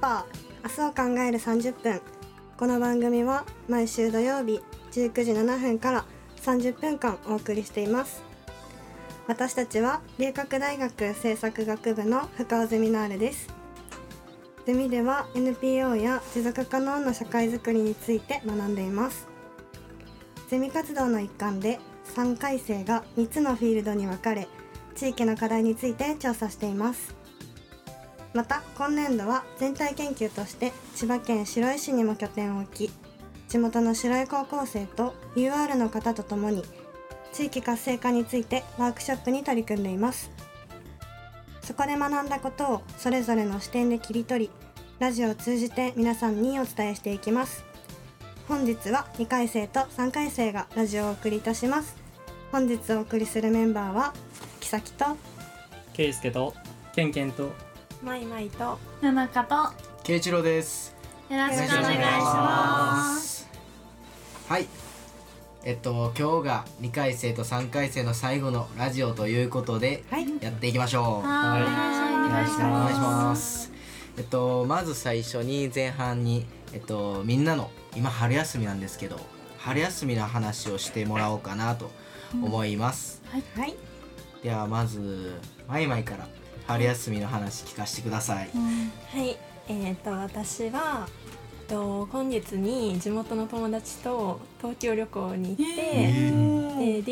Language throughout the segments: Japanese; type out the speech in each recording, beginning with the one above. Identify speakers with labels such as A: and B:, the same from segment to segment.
A: パー明日を考える30分この番組は毎週土曜日19時7分から30分間お送りしています私たちは留学大学政策学部の深尾ゼミナールですゼミでは NPO や持続可能な社会づくりについて学んでいますゼミ活動の一環で3回生が3つのフィールドに分かれ地域の課題について調査していますまた今年度は全体研究として千葉県白井市にも拠点を置き地元の白井高校生と UR の方と共に地域活性化についてワークショップに取り組んでいますそこで学んだことをそれぞれの視点で切り取りラジオを通じて皆さんにお伝えしていきます本日は2回生と3回生がラジオをお送りいたします本日お送りするメンバーは木崎と
B: ケイスケとケンケンと
C: まいまいと
D: ななかと
E: 慶一郎です。
D: よろしくお願いします
E: す。はい。えっと今日が2回生と3回生の最後のラジオということで
A: はい
E: やっていきましょう。
D: はい
B: お
D: お
E: よ
D: 願
E: ろ
D: い
E: しく
D: し
E: お
D: ま
E: 願い
D: す
E: します。えっとまず最初に前半にえっとみんなの今春休みなんですけど春休みの話をしてもらおうかなと思います。
A: はい
E: ではまずまいまいから春休みの話聞かせてください。
D: うん
C: はいえっと私はえっと今月に地元の友達と東京旅行に行って、でデ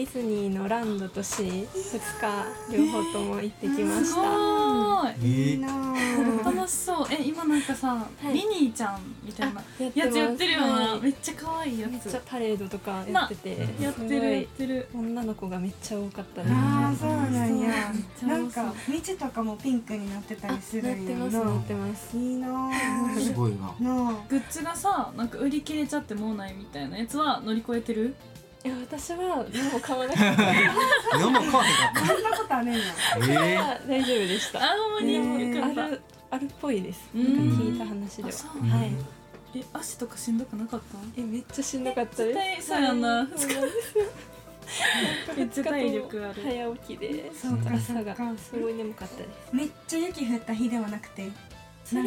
C: ィズニーのランドと市2日両方とも行ってきますした、
D: ごーい
E: え
A: いいなぁ
D: 楽しそうえ今なんかさ
C: い
D: リニーちゃんみたいな
C: や
D: やつやってるよ
C: は
D: ないめっちゃ可愛いや
C: めっ
D: つ
C: ちゃパレードとかやってて
D: やっ
C: すご
D: てるやっ
C: い
D: てる
C: 女の子がめっちゃ多かったです
A: ああそうなんや
D: そう
A: なんか道とかもピンクになってた
C: あ
A: りするんや
C: なってます
A: な
C: なってます
A: いいな
E: す
A: ぁ
E: ごいな。
A: なあ
D: グッズがさなんか売り切れちゃってもうないみたいなやつは乗り越えてる
C: いや私はもう買わな くて
E: 何も買わへんかっ
A: そんなことあねんや
E: た。ええ
C: 大丈夫でし
D: あ
C: た
D: ほんまに
A: ね
D: よか
C: あ
D: った
C: るあるっぽいです
D: うん
C: なんか聞いた話では
D: あそう
C: はい
D: え足とかしんどくなかった
C: えめっちゃしんどかったです
D: 絶対そうやんな
C: そうなんです
D: めっちゃ体力ある
C: 早起きで
A: そうかそ
C: 朝
A: う
C: が
A: か
C: すごい眠かったです
A: めっちゃ雪降った日ではなくて
C: それ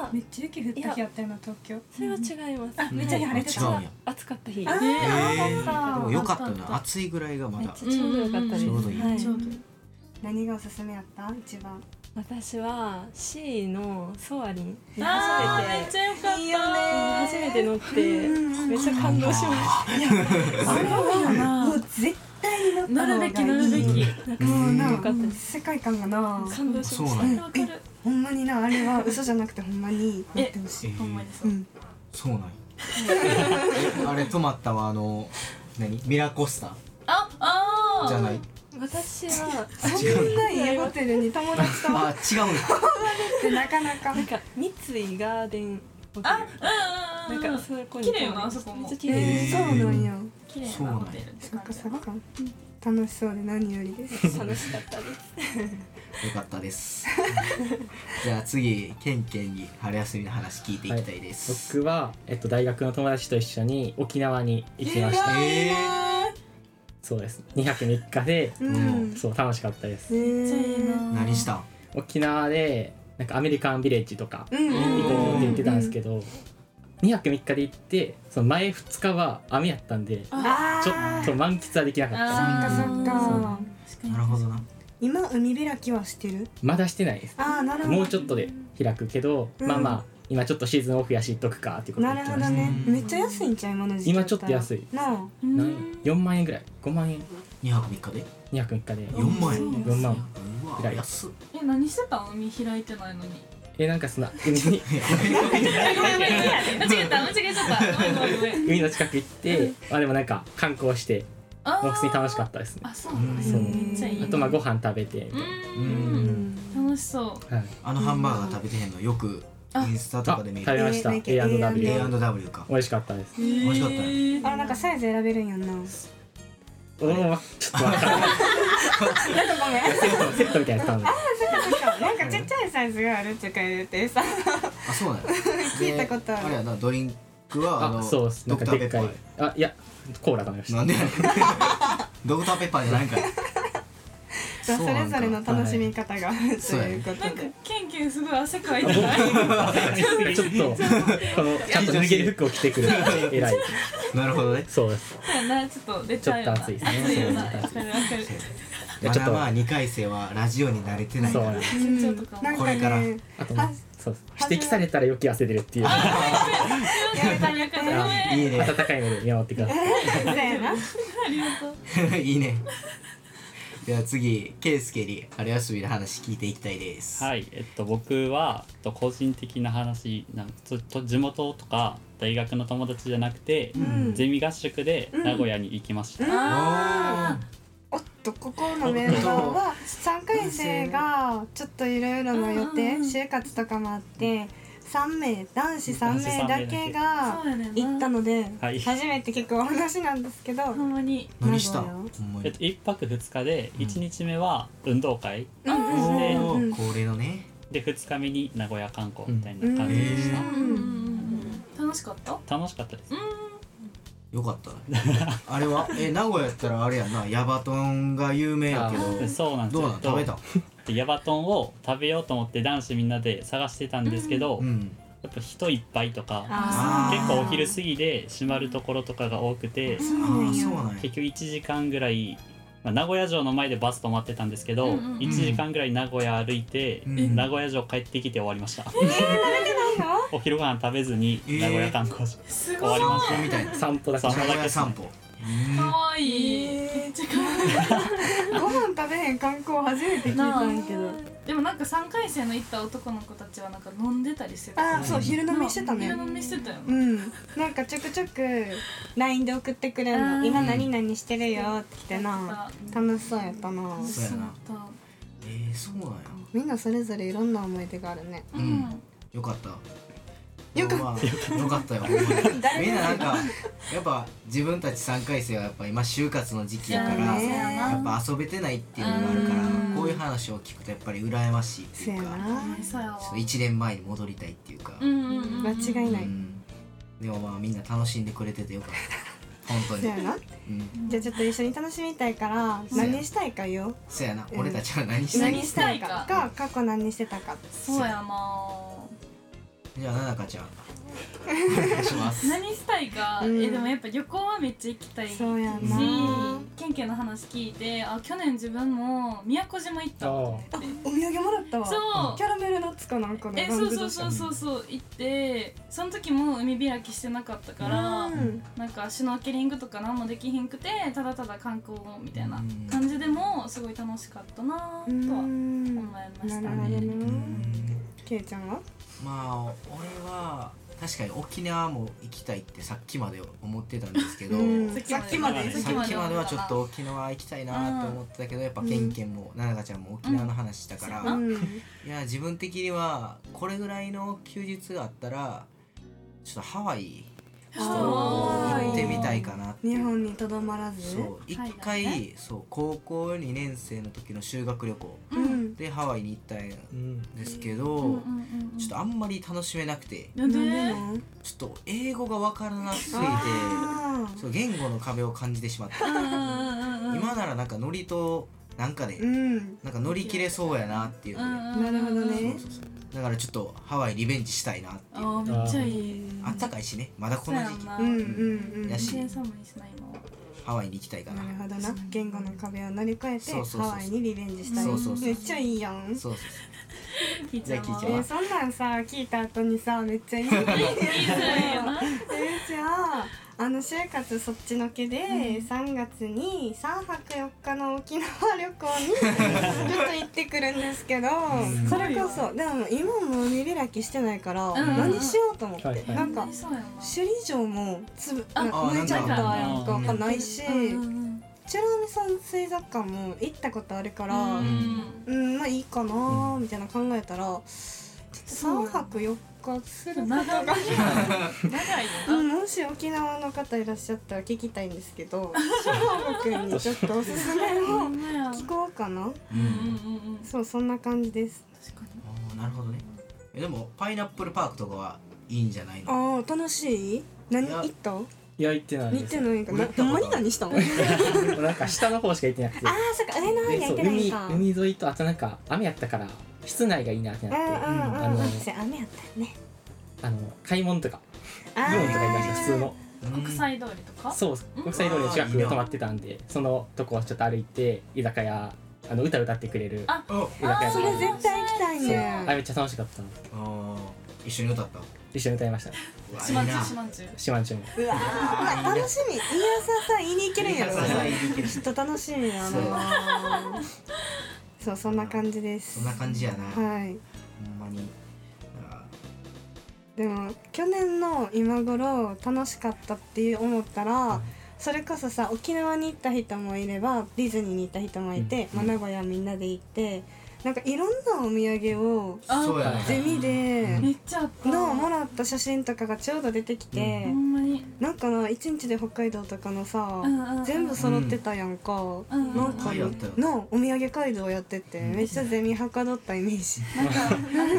C: は
A: めっちゃ雪降った日やったよな東京
C: それは違います、
A: めっちゃ晴れてた
E: 違うんや
C: 暑かった日
A: あ
C: めっ
D: え
A: ー
D: ー
A: あ
E: でも
A: ー
E: よ
A: よかった
E: かったな暑いぐらいがまだ
C: ちゃちょうどよかったです、
E: うんうんうんちょうどいい
C: は
D: ちょうど
A: 何がおすすめやった一番
C: 私は C のソアリンに
D: あーめっ
C: 初
D: ちゃよかった
A: いいよね
C: めて初めて乗って
A: うんうん
C: めっちゃ感動しまし
D: あれはな
A: もう絶対に乗った
D: な
A: 方
D: る
A: がい
D: べ
A: い
D: きなるべき
A: もう
C: よかった
A: な
C: で
A: 世界観がな
C: た感動しま
E: そうな
C: した
E: んや
D: わかる
A: ほんまになあれは嘘じゃなくてほんまに乗ってほしい
D: ほんまにそううん
E: そうなんやえあれ止まったはあの何ミラコスタ
D: ああー
E: じゃない
C: 私は
A: そんないいホテルに友達と泊まっ
E: あ違うんだ
A: てなかな か
C: なんか三井ガーデンホテ
D: あう
C: ル
D: んうんうん
C: なんか
D: う
C: そこに
D: 綺麗よなあそこ
C: めっ
D: も
C: ちゃ綺麗です
A: えーそうなんや
D: 綺麗なホテルって
A: そっ
D: 感
A: か
D: じ
A: そ
D: だ
A: っ
D: な
A: か楽しそうで何よりです
C: 楽しかったです。
E: よかったですじゃあ次ケンケンに春休みの話聞いていきたいです、
B: 僕は、えっと、大学の友達と一緒に沖縄に行きました、
E: え
B: そうです2泊3日で
A: うん
B: そう楽しかったです
D: めっちゃいいな
E: ー、何したん
B: 沖縄でなんかアメリカンビレッジとか
A: うんう
B: 行こうって言ってたんです
A: ど
B: けど、2泊3日で行ってその前2日は雨やったんでち
A: あ
B: ょ
A: あ
B: っと満喫はできなかった
A: あーそっかそっか
D: 確かに
E: なるほどな
A: 今海開きはしてる
B: まだしてないです
A: ああなるほど
B: もうちょっとで開くけど、
A: うん
B: まあまあ今ちょっとシーズンオフやし行っとくかっていうこと
A: な
B: で
A: る
B: 行き
A: ほど
B: ました、
A: ねめっちゃ安いんちゃう今の時期
B: 今ちょっと安い
A: なあ
D: う
B: なんん4万円ぐらい5万円
E: 2泊3日で
B: 2泊3日で
E: 4万円
B: 4万
E: うわ
B: 平井
E: 安っ
D: え何してたの海開いてないのに
B: えなんかその海に
D: あごめんごめん間違えた間違えちゃったごめんごめんごめん
B: 海の近く行ってまあでもなんか観光して
D: あ
B: まあ普通に楽しかったですね
D: あそうなん
B: そう
D: めっちゃいい
B: あとまあご飯食べてみ
D: う
B: たい
D: ー
E: うんん
D: 楽しそう
B: なはい
E: あのハンバーガー食べてへんのよくインスタとかで見
B: あ食
E: る
B: べました
A: えー
B: A&W
E: A&W か
B: 美味しかったです
D: 美
E: 味しかったね
A: あれなんかサイズ選べるんや んななんか
B: おおちょっと待 っ
A: ごめん
B: てセットみたいなやつ頼んで
A: なんかちっちゃいサイズがあるとか言ってさ
E: あそうなんや
A: 聞いたことある
E: であれやなドリンクはあ
B: あ
E: の
B: そうっすな
E: ド
B: ん
E: ク
B: か
E: ターペ
B: でっ
E: ッパ
B: かい
E: ー
B: あいやコーラ頼みまし
E: な
B: た
E: んで やねんドクターペッパ ーじゃないんかい
A: それぞれの楽しみ方があると
E: そうや
A: い
E: ね
A: うこと
D: なんか
A: で
D: ケンケえすごい汗かいてない
B: 僕 ちょっとこのちゃんと脱げる服を着てくる偉い
E: なるほどね
B: そうです
D: そうやなちょっと出ちゃうよな
B: ちょっと暑いですね
D: 暑いよなわ
B: そう
D: かるわかる
B: いや
E: ま
B: ちょっ
E: だ
B: と
E: まあ2回生はラジオに慣れてない
B: そう
E: か
B: なん
E: ら
B: です
D: 緊張とかも
A: なん
E: これから
A: ね
B: あと
A: あ
B: そうです指摘されたら良き汗出るっていう
D: やめたやめたごめん
E: いいね
B: 温かい目で見守ってください
A: そうやな
E: いいねでは次ケイスケに春休みの話聞いていきたいです
F: はい、えっと、僕は、えっと、個人的な話なんとと地元とか大学の友達じゃなくて、
A: ん
F: ゼミ合宿で名古屋に行きました、
D: あ
A: おっとここのメンバーは3回生がちょっといろいろな予定
D: うんうんうん
A: 就活とかもあって3名男子3名だけ
D: あ
A: が
D: そうやねんな
A: 行ったので
F: はい
A: 初めて聞くお話なんですけど
D: ほんまに
E: 何した
A: 名古
E: ほんま
F: え
E: に
F: っと、1泊2日で
E: うん
F: 1日目は運動会、
A: うんうん
F: うん
E: お
A: うん
E: ー恒例のね
F: で2日目に名古屋観光みたいな感じでした、
E: う
D: うんうんうんうん楽しかった
F: 楽しかったです、
E: よかったねあれはえ名古屋やったらあれやんなヤバトンが有名やけ
F: で
E: ど
F: そうなんです
E: どう
F: よ
E: なの食べた
F: でヤバトンを食べようと思って男子みんなで探してたんですけど、
E: うん
F: やっぱ人いっぱいとか
E: あー
F: 結構お昼過ぎで閉まるところとかが多くて、
E: ああそうなんや
F: 結局1時間ぐらい、まあ、名古屋城の前でバス止まってたんですけど、
D: うんうんうん
F: 1時間ぐらい名古屋歩いて、
E: うん
F: 名古屋城帰ってきて終わりました
A: の
F: お昼ご飯食べずに
E: えー
F: 名古屋観光し、
D: す
F: 終
D: ご
F: わ
D: い
F: りまし
E: みたいな
B: 散歩だけ
F: 散
E: 名
F: 歩
E: 古屋散歩
D: かわいいめっちゃかわいい
A: ご飯食べへん観光初めて聞いたんやけど
D: でもなんか三回生の行った男の子たちはなんか飲んでたりしてた
A: ああそう昼飲みしてたね
D: 昼飲みしてたよね
A: うんなんかちょくちょく LINE で送ってくれる
D: あ
A: の
D: ー
A: 今何々してるよって来てな楽しそうやったな
D: 楽しそうだっ
E: えーそうなんや
A: みんなそれぞれいろんな思い出があるね
D: た
E: う
D: うんん
E: よかった
A: よかった
E: ったよかったよほんまにみんななんかやっぱ自分たち3回生はやっぱ今就活の時期やか
A: そうや
E: ら
A: ね
E: やっぱ遊べてないっていうのがあるか
A: うん
E: らこういう話を聞くとやっぱり羨ましいって
A: そう
E: い
A: や
E: うか
A: な
D: そうやわ
E: ちょっと1年前に戻りたいっていうか
D: うんうんうん
A: 間違いない
E: うんでもまあみんな楽しんでくれててよか った本当
A: そう
E: に
A: やな
E: うん
A: じゃあちょっと一緒に楽しみたいから
E: うや
A: 何したいかよ
E: そやな
A: うん
E: 俺たちは何したい
A: 何
D: 何
A: し
D: したた
A: い
D: い
A: か
D: か
A: か過去何してたか
D: そうやな
E: じゃあななか ちゃんお願いします
D: 何したいか
A: うん
D: えでもやっぱ旅行はめっちゃ行きたいし
A: そうやな
D: ケンケンの話聞いてあ去年自分も宮古島行った
B: あ
D: と
B: あ
D: 思って
A: お土産もらったわ
D: そう
A: キャラメルナッツかなんかの
D: え
A: バン
D: そう
A: グ
D: そうそうそうそう行ってその時も海開きしてなかったから、
A: うん
D: なんかシュノーケリングとか何もできひんくてただただ観光みたいな感じでもすごい楽しかったな
A: う
D: ぁとは
A: ん
D: 思い
A: な
D: ました
A: るほど
D: ね。
E: う
A: なんけいちゃんは
E: まあ俺は確かに沖縄も行きたいってさっきまで思ってたんですけど、
A: うん
D: さっきまで
E: さっきまではちょっと沖縄行きたいなって思ってたけどやっぱケンケンもななかちゃんも沖縄の話したから、
D: うん
A: うん
E: いや自分的にはこれぐらいの休日があったらちょっとハワイちょっと行ってみたいかなってい
A: 日
E: う
A: 本にとどまらず
E: そう一
D: 海外
E: 回そう高校2年生の時の修学旅行
A: う
D: うん
A: ん
E: でハワイに行ったん
B: うん
E: ですけど、
D: うんうんうんうん
E: ちょっとあんまり楽しめなくて
D: なんで
A: なんで
E: ちょっと英語が分からなすぎて
A: あー
E: そう言語の壁を感じてしまった
D: うんうんうんうん
E: 今ならなんかノリとなんかで、
A: うん
E: なんか乗り切れそうやなっていう
D: う
E: の
D: んうん
E: で、
D: うん
A: なるほどね
E: そうそうそうだからちょっとハワイリベンジしたいなっていう、
D: ああめっちゃいい
E: あったかいしねまだこの時期
D: そうや
A: う
D: な
A: う
D: ん
A: んうん
E: やし
D: 全然寒いしな今は
E: ハワイに行きたいかな
A: なるほどな言語の壁を乗り越えて
E: そうそうそうそう
A: ハワイにリベンジしたい
E: そうそうそう
A: めっちゃいいやん
E: そうそう
D: 聞いちゃう
E: じゃあ聞い
A: え
E: ちゃ
A: ー、
E: う
A: そんなんさ聞いた後にさめっ ちゃいいねえーじゃああの就活そっちのけで、3月に3泊4日の沖縄旅行に ちょっと行ってくるんですけど、
B: うん
A: それこそでも今も海開きしてないから、
D: ん
A: 何しようと思って、
B: はいはい
A: なんか
D: そうやな
A: 首里城もつぶな
D: あ
A: 抜いちゃったやんか
F: なん
D: か
A: ないし
D: うんうんうん
A: 美ら海山水族館も行ったことあるから、
D: うん
A: うんまあいいかなーみたいな考えたら、ちょっと3泊4日する
D: 長
A: こと
D: い
A: が、
D: 長いよ
A: う、
D: なん
A: もし沖縄の方いらっしゃったら聞きたいんですけ ど翔吾くんにちょっとおすすめ
D: ほ
A: を
D: んまや
A: 聞こうかな
D: うん
E: うん
D: うんうんうん
A: そうそんな感じです
D: 確かに
E: あーなるほどねえでもパイナップルパークとかはいいんじゃないの
A: ああ楽しい何
E: いや
A: 行った
B: いや行ってない
A: 見
B: です
A: てないんか
E: 俺
A: な
E: 行
A: ほ
E: ったこと
A: ん
E: あ
A: ま
E: る
A: に何 したのあ
B: なんか下の方しか行ってなくて
A: あそっか上の方には
B: で
A: 行
B: そう
A: けないん
B: 海
A: か
B: 海沿いとあとなんか雨やったから室内がいいなって
A: うんう
B: なって、
A: んうん
B: あの
A: 私雨やったよね
B: あの買い物とか
A: あ
B: イオンとか行きました
A: ー
B: 普通の
E: うん
D: 国際通りとか
B: そう国際通りの近く泊まってたんでそのとこをちょっと歩いて居酒屋あの歌歌ってくれる
D: あ
E: あ
B: 居酒屋
A: そ
B: とか
A: れ絶対行きたい
B: あ
A: ね
B: めっちゃ楽しかったの
E: あー一緒に歌った
B: 一緒に歌いました
E: うわ
D: しまん
E: い
D: じ
E: い
D: ゅう
E: な
D: しまんじゅう
B: 島んちゅうも
A: うわー楽しみ家康さん言いに行けるんやろ
E: いいな
A: ちょっと楽しみや
E: そう
A: なそうそんな感じです
E: そんな感じやな、ほ
A: はい
E: んまにあ
A: でも去年の今頃楽しかったっていう思ったらそれこそさ沖縄に行った人もいればディズニーに行った人もいて、
E: うん
A: まあ名古屋みんなで行ってなんかいろんなお土産を
E: ー
D: あ
E: そうやね
A: ゼミで
D: めっちゃあった
A: のもらった写真とかがちょうど出てきて、
D: ほんまに
A: なんかな一日で北海道とかのさ、
D: うんうんうん
A: 全部揃ってたやんか、
D: うんうん
A: なんか
E: あやったよ
A: のお土産街道やってて、めっちゃゼミはかどったイメージ。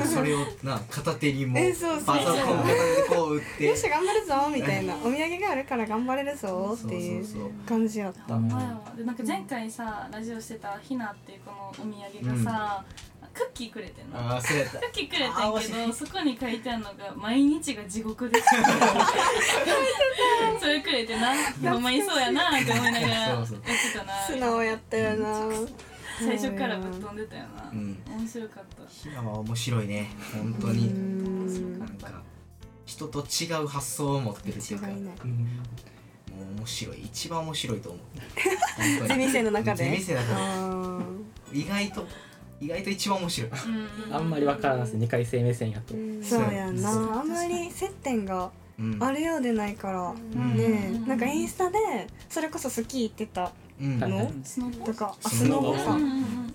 E: それをな片手にも
A: えそうそう
E: パソコン片手でこう打って
A: よし 頑張るぞみたいなお土産があるから頑張れるぞっていう
E: そうそうそう
A: 感じやった
D: ほんまやわでなんか前回さラジオしてたひなっていう子のお土産がさ、クッキーくれてんな
E: ああそうやった
D: クッキーくれてんけどそこに書いてあるのが「毎日が地獄です」それくれてなほんまにそうやなって思いながらやってたな
A: 素直やったよな
D: 最初からぶっ飛んでたよな、
E: うん
D: 面白かった
E: ひなは面白いね本当
A: う
E: に
A: ん
E: なんか人と違う発想を持ってるって
A: 違
E: いうかも
A: いないう
E: う面白い一番面白いと 思う本当
A: ゼ
E: に
A: ミ生の中で
E: ゼミ生の中で
A: あ
E: 意外と意外と一番面白い
D: うんうん
B: んあんまりわからないです二回生目線やと
A: ーそうやんな
E: そう
A: あんまり接点が
E: うん
A: あるようでないから
E: ん
A: ねえなんかインスタでそれこそスキー行ってた
E: うん
B: はいはい
A: の
D: スノボ
A: とかあス
E: ス
A: ノ
E: ノ
A: ボ
E: ボ
A: か
D: うんうんうん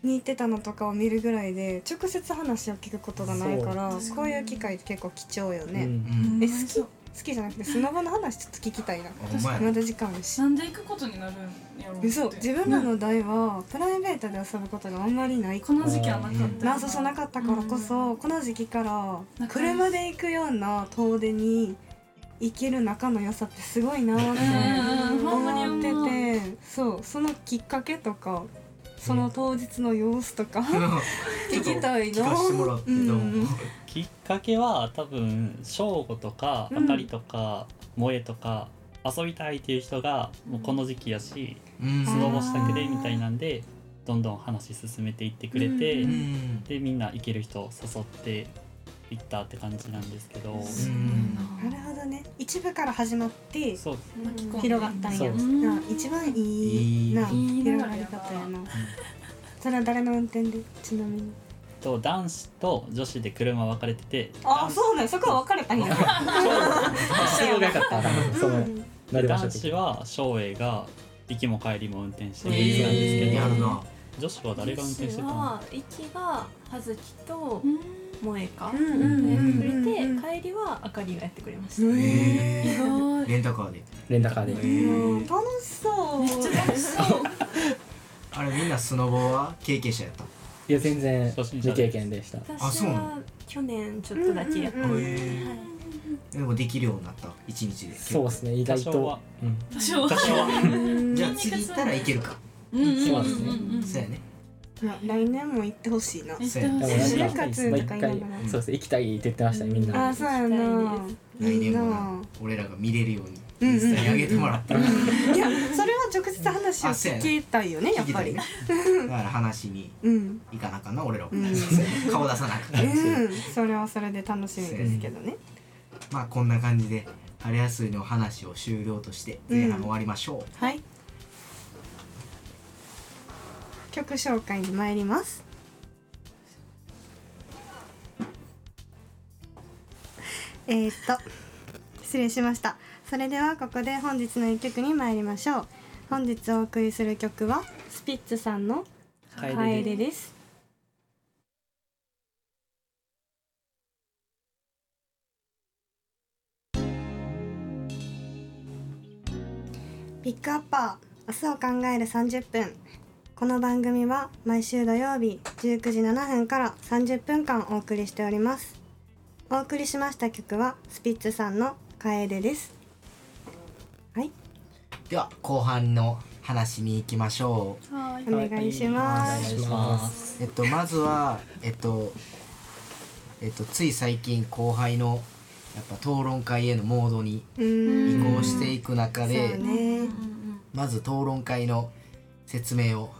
A: に行ってたのとかを見るぐらいで直接話を聞くことがないから
D: そう
A: こういう機会って結構貴重よ
B: う
A: ね
E: うんん
A: え好き好きじゃなくてスノボの話ちょっと聞きたいな
E: お前
A: まだ時間あるし
D: なんで行くことになるんやろうって
A: 嘘自分らの代はプライベートで遊ぶことがあんまりない
D: この時期はなかったよ
A: なそうそうなかったからこそ、この時期から車で行くような遠出に行ける仲の良さってすごいなーって
D: うんうんほんまに
A: 思
D: 思う
A: っててそうそのきっかけとかその当日の様子とか
E: ちょっと
A: 聞きたいな
E: 聞かせてもらってどう
A: うん
E: も
F: きっかけは多分翔吾とか
A: うん
F: あかりとか萌えとか遊びたいっていう人がもうこの時期やし
E: うん
F: スノボしたくでみたいなんでどんどん話進めていってくれて
D: うん
E: うん
F: でみんな行ける人を誘って行ったって感じなんですけど
E: うん
A: なるほどね一部から始まって
F: そう
D: 巻き込んで
A: 広がったんや
F: そう
A: な一番いいない
D: い
A: 広がり方やなそれは誰の運転でちなみに
F: と男子と女子で車分かれてて
A: あ
F: 男
A: そうなんやそこは別れたんや
B: 必要が良かったそのなりま
F: 男
B: した
F: 子
B: 時
F: は翔英が行きも帰りも運転して
E: え
F: るんです
E: ー
F: け
E: や
F: ど、
E: るな
F: 女子は誰が運転してたの
C: は行きが葉月と
D: うん
C: 萌えか、
A: うんうん
E: うん
C: でくれて、
A: うん
C: 帰りはあかりがやってくれました、
A: うん
D: 意
E: え
D: 外
E: ーレンタカーで
B: レンタカーで
A: うん楽しそう
D: めっちゃ楽しそう
E: あれみんなスノボは経験者やった
B: いや全然未経験でした
E: あ
C: 私
E: そうな
C: は去年ちょっとだけやった、
A: うんうんうん
E: へ
C: はい
E: えでもできるようになった一日で
B: そうですね意外
F: 多少は
B: とうん
D: 多少は
F: 多少は
E: じゃあ次行ったらいけるか
D: うんうんうんうん
E: そうやね
A: まあ来年も行ってほしいな
D: 行って
B: で
D: ほ
B: も
D: し
B: なん
D: い
A: 就
B: か
A: 活とか言いながら
B: 毎回そうですね行きたいって言ってましたねみんな
A: あそうやな
E: 来
A: いい
E: 年も
A: な
E: な俺らが見れるように
A: うんうん
E: インスタに上げてもらったら
A: いやそれは直接話を聞きたいよねやっぱり
E: だから話に
A: うん
E: 行かなあかんな俺らも
A: うん
E: 顔出さなあか
A: うんん それはそれで楽しみですけどね
E: まあこんな感じで春休みの話を終了として前半終わりましょ
A: はい曲紹介に参ります えー、っと失礼しましたそれではここで本日の一曲に参りましょう本日お送りする曲はスピッツさんの「
F: 帰れ
A: カエレ」ですピックアッパー明日を考える30分この番組は毎週土曜日19時7分から30分間お送りしておりますお送りしました曲はスピッツさんの「カエデ」ですはいう
E: では後半の話に行きましょう
D: はい
A: お願いしま
B: お願
A: す
B: いします
E: えっと、まず は、えっと、えっと、つい最近後輩のやっぱ討論会へのモードに
A: う
E: 移
A: ーん
E: 行していく中で、
A: そうね
E: まず討論会の説 明を、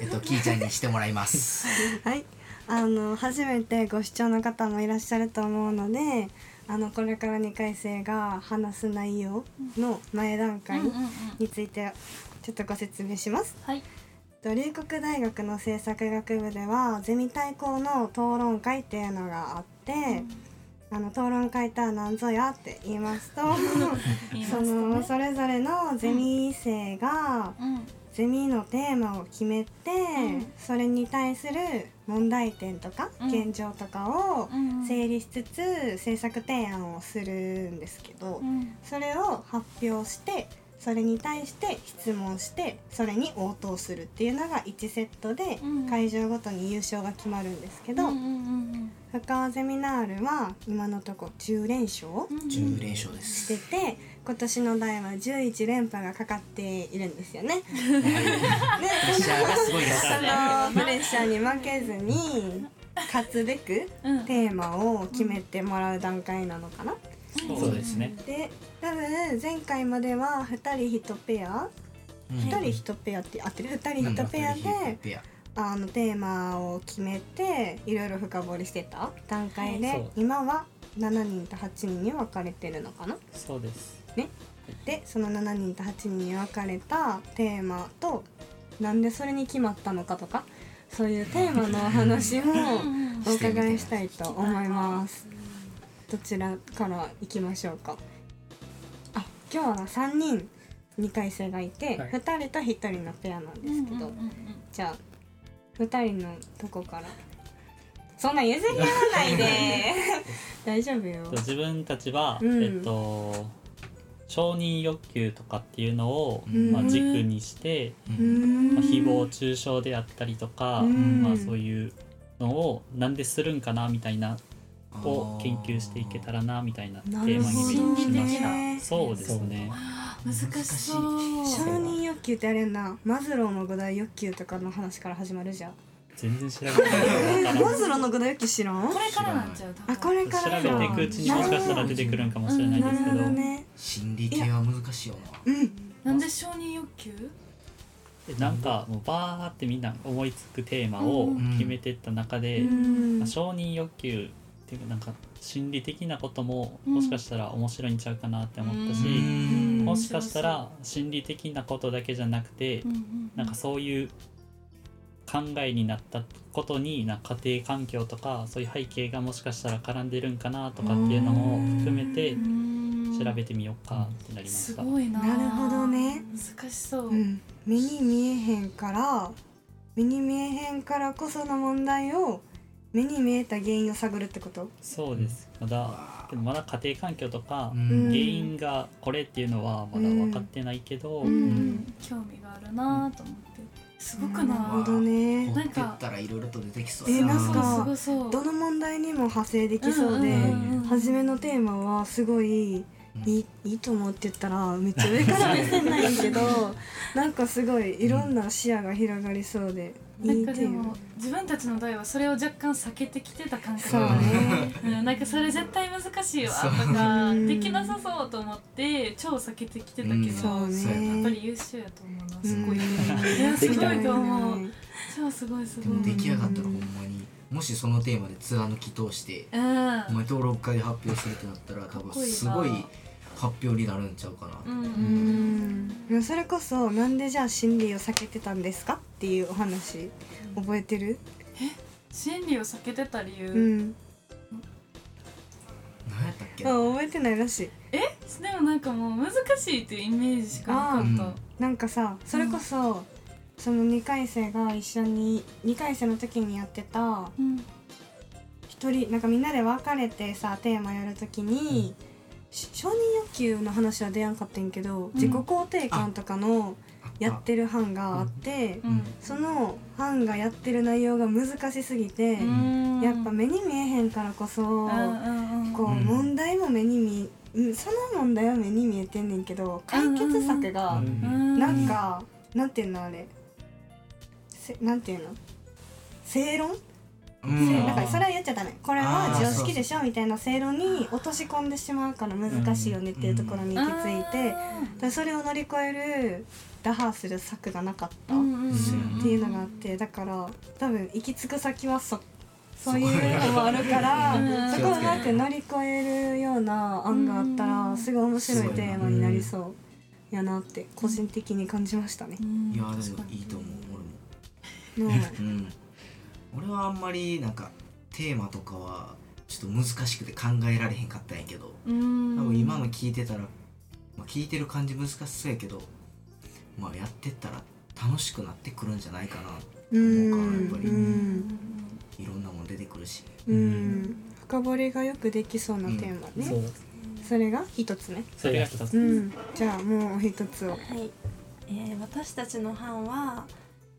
E: えっと、キーちゃんにしてもらいます。
A: はい、あの初めてご視聴の方もいらっしゃると思うのであのこれから2回生が話す内容の前段階
D: うんうんうん
A: についてちょっとご説明します。
D: はい
A: と龍谷大学の政策学部ではゼミ対抗の討論会っていうのがあって、あの討論会とは何ぞやって言いますと
D: 言います
A: そ
D: とね
A: のそれぞれのゼミ生が
D: うん
A: ゼミのテーマを決めて、
D: うん
A: それに対する問題点とか
D: うん
A: 現状とかを
D: うんうん
A: 整理しつつ政策提案をするんですけど、
D: うん
A: それを発表してそれに対して質問してそれに応答するっていうのが1セットで
D: うん
A: 会場ごとに優勝が決まるんですけど、
D: うんうんうん
A: 深尾ゼミナールは今のとこ10連勝
D: うんうん
E: 10連勝で
A: し
E: す。
A: てて今年の代は11連覇がかかっているんですよ ね。で
E: プレッシャーがすご いです。
A: そのプレッシャーに負けずに勝つべく
D: うん
A: テーマを決めてもらう段階なのかな。
B: そうですね
A: で多分前回までは2人1ペア
E: うん
A: 1人1ペアって合ってる2人1ペアで、
E: うんペア
A: あのテーマを決めていろいろ深掘りしてた段階で、
B: はいそう
A: 今は7人と8人に分かれてるのかな。
B: そうです
A: でその7人と8人に分かれたテーマとなんでそれに決まったのかとかそういうテーマのお話も
D: うん
A: お伺いしたいと思いますどちらから行きましょうかあ今日は3人2回生がいて、
B: はい
A: 2人と1人のペアなんで
D: う
A: す
D: ん
A: けど、じゃあ2人のとこからそんな譲り合わ ないで大丈夫よ
F: と自分たちは、
A: うん
F: えっと承認欲求とかっていうのを、
A: うん
F: まあ、軸にして、
A: うーん
F: まあ、誹謗中傷であったりとか、
A: うん
F: まあ、そういうのをなんでするんかなみたいなを研究していけたらなみたいなテー
A: な
F: マ
A: る
F: に
A: ほど
F: し
D: 心理
F: ま
D: 的
F: し
D: な
F: た。そうですね。
D: 難しそう
A: 承認欲求ってあれやんなマズローの五大欲求とかの話から始まるじゃん
F: 全然知らない。
A: マズローの五大欲求知らん
D: これからなんちゃう多分
A: あこれから
F: 調
A: だ
F: べていくうちにもしかしたら出てくるんかもしれないで
A: な
F: す
A: る
F: け
A: ほ
F: ど、
A: どね
E: 心理系は難しいよな。
D: なんで承認欲求
F: なんかもうバーってみんな思いつくテーマを決めてった中で、
A: うん
F: まあ承認欲求っていうかなんか心理的なことももしかしたら面白いんちゃうかなって思ったし、
E: うん
F: もしかしたら心理的なことだけじゃなくて、なんかそういう考えになったことになんか家庭環境とかそういう背景がもしかしたら絡んでるんかなとかっていうのも含めて調べてみようかってなりまし
D: す
F: た。
D: ごいな
A: なるほどね
D: 難しそう
A: うん目に見えへんから目に見えへんからこその問題を目に見えた原因を探るってこと
F: そうですまだでもまだ家庭環境とか
E: うん
F: 原因がこれっていうのはまだ分かってないけど、
A: うん
D: 興味があるなと思ってすごく
A: なる
D: な
A: ほどね
E: 掘ってったらいろいろと出てきそう
A: え
E: や
A: なんか
D: すごいそう
A: どの問題にも派生できそうで、
D: うんうんうんうん
A: 初めのテーマはすごいいいいいと思って言ったらめっちゃ上から目線ないけどなんかすごいいろんな視野が広がりそうでい
D: なん
A: い
D: か
A: テ
D: で
A: ーマ
D: も自分たちの代はそれを若干避けてきてた感覚
A: そうね
D: うん、なんかそれ絶対難しいわと
A: う
D: か
A: ん
D: できなさそうと思って超避けてきてたけど、
E: うん
A: そう
E: そうやな
D: やっ
A: ね
D: ぱり優秀やと思うな
A: うん
D: すごい、
A: うん
D: いやす
B: でき
D: ご
B: たね
D: いと思う超すごいす
E: で
D: ごい
E: も出来上がったらほんまにもしそのテーマで貫き通して
D: うん
E: お前登録会で発表するってなったら多分すごい発表になるんちゃうかな
D: うんう
A: うんんでもそれこそなんでじゃあ心理を避けてたんですかっていうお話覚えてる
D: 心理を避けてた理由、
A: うん
E: 何やったっけ
A: あ覚えてないらしい
D: でもなんかもう難しいっていうイメージしかなかった、
E: あ
A: なんかさそれこそその2回生が一緒に2回生の時にやってた
D: うん
A: 一人なんかみんなで分かれてさテーマやるときに、し承認欲求の話は出やんかったんやけど、自己肯定感とかのやってる班があって、
D: うん
A: その班がやってる内容が難しすぎて、
D: うん
A: やっぱ目に見えへんからこそ、
D: うんうんうん
A: こう
E: うん
A: 問題も目に見うんその問題は目に見えてんねんけど解決策が
E: うん
D: うん
A: なんか、なんていうのあれせなんていうの正論、
E: う
A: せ
E: ん
A: なんかそれは言っちゃダメこれ
E: あ
A: は
E: ー
A: 常識でしょみたいな正論に落とし込んでしまうから難しいよねっていうところに行き着いて、だか
D: あ
A: らそれを乗り越える打破する策がなかった
D: ーう
A: っ
D: んうんうんうん
A: ていうのがあってだから多分行き着く先はそそういうのもあるから
D: うん
A: そこをなんか乗り越えるような案があった
D: う
A: ら
D: ん
A: すごい面白いテーマになりそうやなって個人的に感じましたね。
D: うん
E: いやで
D: 確
E: も
D: かに
E: いいと思う俺も
A: の
E: うん、俺はあんまりなんかテーマとかはちょっと難しくて考えられへんかったんやけど
D: う
E: 多
D: ん
E: 分今の聞いてたら、まあ、聞いてる感じ難しそうやけど、まあ、やってったら楽しくなってくるんじゃないかな
A: うん
E: 思うからやっぱり
A: うん
E: いろんなもん出てくるし
A: うん深掘りがよくできそうなテーマ
B: そ
A: ね
B: う
A: それが一つね
B: そ
F: それ
B: れ
F: が
B: が
F: 一つ
A: う、んじゃあもう一つを
C: はい、えー私たちの班は、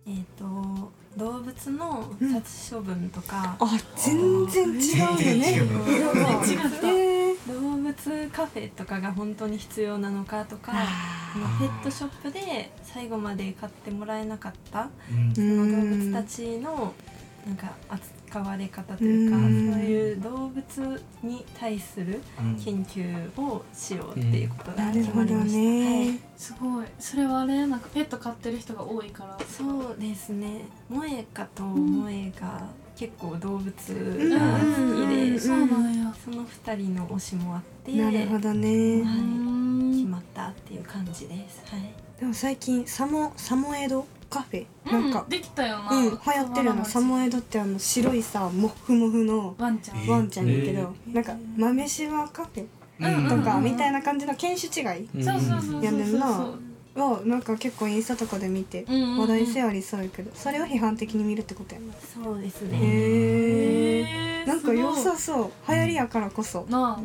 C: えー、と動物の殺処分とか、
A: あ全然違うよね
E: 全然違う
A: 色が
D: 全然違った
A: えー
C: 動物カフェとかが本当に必要なのかとかあのペットショップで最後まで買ってもらえなかった
E: うん
A: う
C: 動
A: ん
C: 物たちのなんか扱われ方というか
A: う
C: そうんいう動物に対する研究をしようっていうことが
A: なる
C: 決ま
A: ほ
C: り
A: ど
C: ました。はい
A: ね
D: すごいそれはあれなんかペット飼ってる人が多いから
C: そうですね。萌香と
D: ん
C: 萌えが結構動物が好きで、
A: んうんうん
D: そうなんや
C: その二人の推しもあって、
A: なるほどね
C: はいう決
D: ん
C: まったっていう感じです。はい。
A: でも最近サモサモエドカフェなんか
D: うできたよな
A: うん流行ってるのサモ
D: エ
A: エドってあの白いさモフモフの
D: ワンちゃん
E: え
A: ワンちゃんやけど
C: えー
A: なんか豆柴カフェ
D: うん
A: とかみたいな感じの犬種違い
B: うん
D: そうそうそうそう
A: や
D: そ
A: ねん
D: う
A: な
D: そう
A: をなんか結構インスタとかで見て
D: うんうんうん
A: 話題性ありそうやけどそれを批判的に見るってことやな
C: そうです
A: へ
C: ね。
A: え
D: へー
A: なんか良さそう流
E: い
A: 行りやからこそ
D: な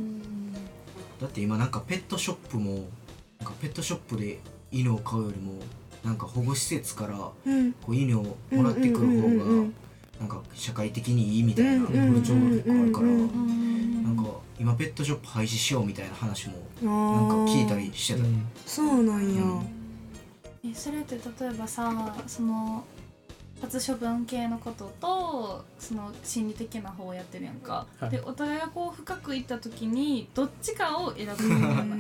E: だって今なんかペットショップもなんかペットショップで犬を飼うよりもなんか保護施設から
A: うん
E: こう犬をもらってく
A: う
E: る方
A: んうんうんう
E: が
A: ん
E: なんか社会的にいいみたいな
A: うん
E: 風
A: うん
E: 潮が結構あるから
A: うんうん
D: あうん
E: なんか今ペットショップ廃止しようみたいな話も
A: あー
E: なんか聞いたりしてた
A: そうなんや
D: えそれって例えばさその殺処分系のこととその心理的な方をやってるやんか、
B: はい
D: でお互いがこう深くいった時にどっちかを選ぶみたいな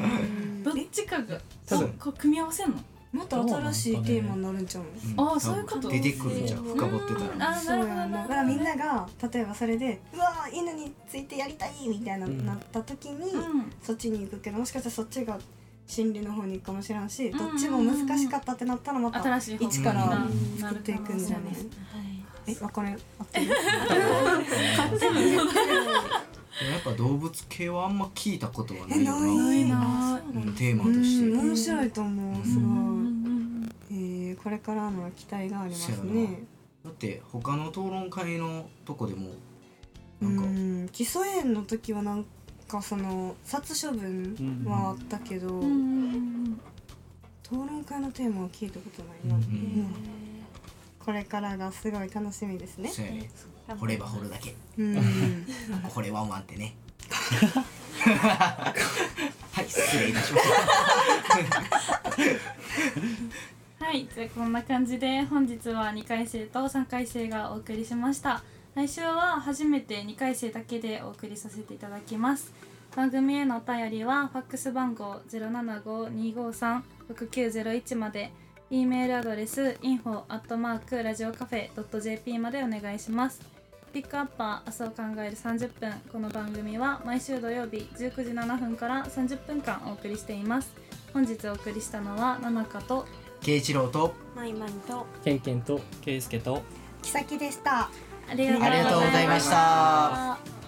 D: どっ
A: え
D: ちかが
B: 多分
D: こうこう組み合わせんの
A: また新しいテーマになるんちゃうの
E: うん
D: あーそういうこと
E: 出てくるんじゃん深掘ってた
D: うん
E: ら
D: あー
A: そ
D: な
A: う
D: る
A: や
D: ほ
A: な
D: どな
A: だからみんなが例えばそれで「うわー犬についてやりたい!」みたいな
B: うん
A: なった時に、
D: うん
A: そっちに行くけどもしかしたらそっちが心理の方に行くかもしれんし、
D: んうんうん
A: どっちも難しかったってなったらまた
D: 新しい方
A: 一から作っていくんじゃね
D: なるほど
A: えわかれ合ってる
E: で
D: 多分
E: もやっぱ動物系はあんま聞いたことがな
A: え
E: いよな
A: ない
D: な
E: うんテーマ
A: う
E: として
A: ん面白いと思うす
D: う
A: ごい、
D: んうん
A: えーこれからの期待があります
E: そうやな
A: ね
E: だって他の討論会のとこでも
A: う
E: なんか
A: ん基礎園の時はなんかその殺処分
F: うん
A: はあったけど、
D: うんうん
A: 討論会のテーマは聞いたことないな、
B: うん
A: うんこれからがすごい楽しみですね
E: そうやね掘れば掘るだけ
A: うん
E: これワンワンってね はい失礼いたしました
D: はい、じゃあこんな感じで本日は2回生と3回生がお送りしました。来週は初めて2回生だけでお送りさせていただきます。番組へのお便りはファックス番号075-253-6901まで、E メールアドレス info アットマークラジオカフェ .jp までお願いします。ピックアッパー明日を考える30分この番組は毎週土曜日19時7分から30分間お送りしています。本日お送りしたのは七香と
E: 慶一郎と
C: まいまいと。
B: ケンケンと
F: 圭介と
A: 木崎でした
D: ありがとうございました。